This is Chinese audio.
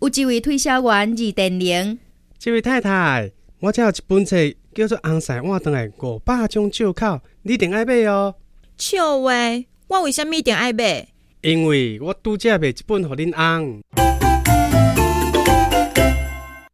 有一位推销员二点零，这位太太，我这有一本册叫做《红菜换回来五百种借口》，你定爱买哦，笑话，我为虾米一定爱买？因为我拄则卖一本互恁翁。